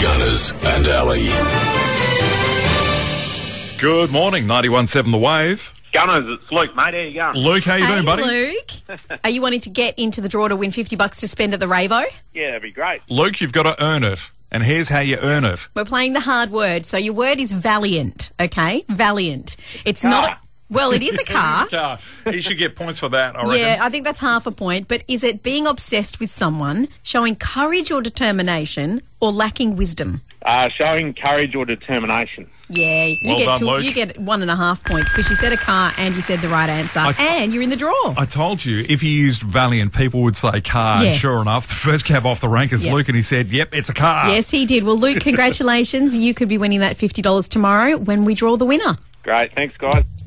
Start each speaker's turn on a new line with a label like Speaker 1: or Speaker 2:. Speaker 1: Gunners and Alley.
Speaker 2: Good morning, 91.7 The Wave.
Speaker 3: Gunners, it's Luke, mate. How you going?
Speaker 2: Luke, how you
Speaker 4: hey,
Speaker 2: doing, buddy?
Speaker 4: Luke. Are you wanting to get into the draw to win 50 bucks to spend at the Ravo?
Speaker 3: Yeah, that'd be great.
Speaker 2: Luke, you've got to earn it. And here's how you earn it.
Speaker 4: We're playing the hard word. So your word is valiant, okay? Valiant. It's not. Well, it is a car.
Speaker 2: Car. He should get points for that, I reckon.
Speaker 4: Yeah, I think that's half a point. But is it being obsessed with someone, showing courage or determination, or lacking wisdom?
Speaker 3: Uh, showing courage or determination.
Speaker 4: Yeah, you
Speaker 2: Well
Speaker 4: get
Speaker 2: done,
Speaker 4: two,
Speaker 2: Luke.
Speaker 4: you get one and a half points because you said a car and you said the right answer, and you're in the draw.
Speaker 2: I told you, if you used Valiant, people would say car. And
Speaker 4: Yeah.
Speaker 2: sure enough, the first cab off the rank is
Speaker 4: Yeah.
Speaker 2: Luke, and he said, yep, it's a car.
Speaker 4: yes, he did. Well, Luke, congratulations. you could be winning that $50 tomorrow when we draw the winner.
Speaker 3: Great. Thanks, guys.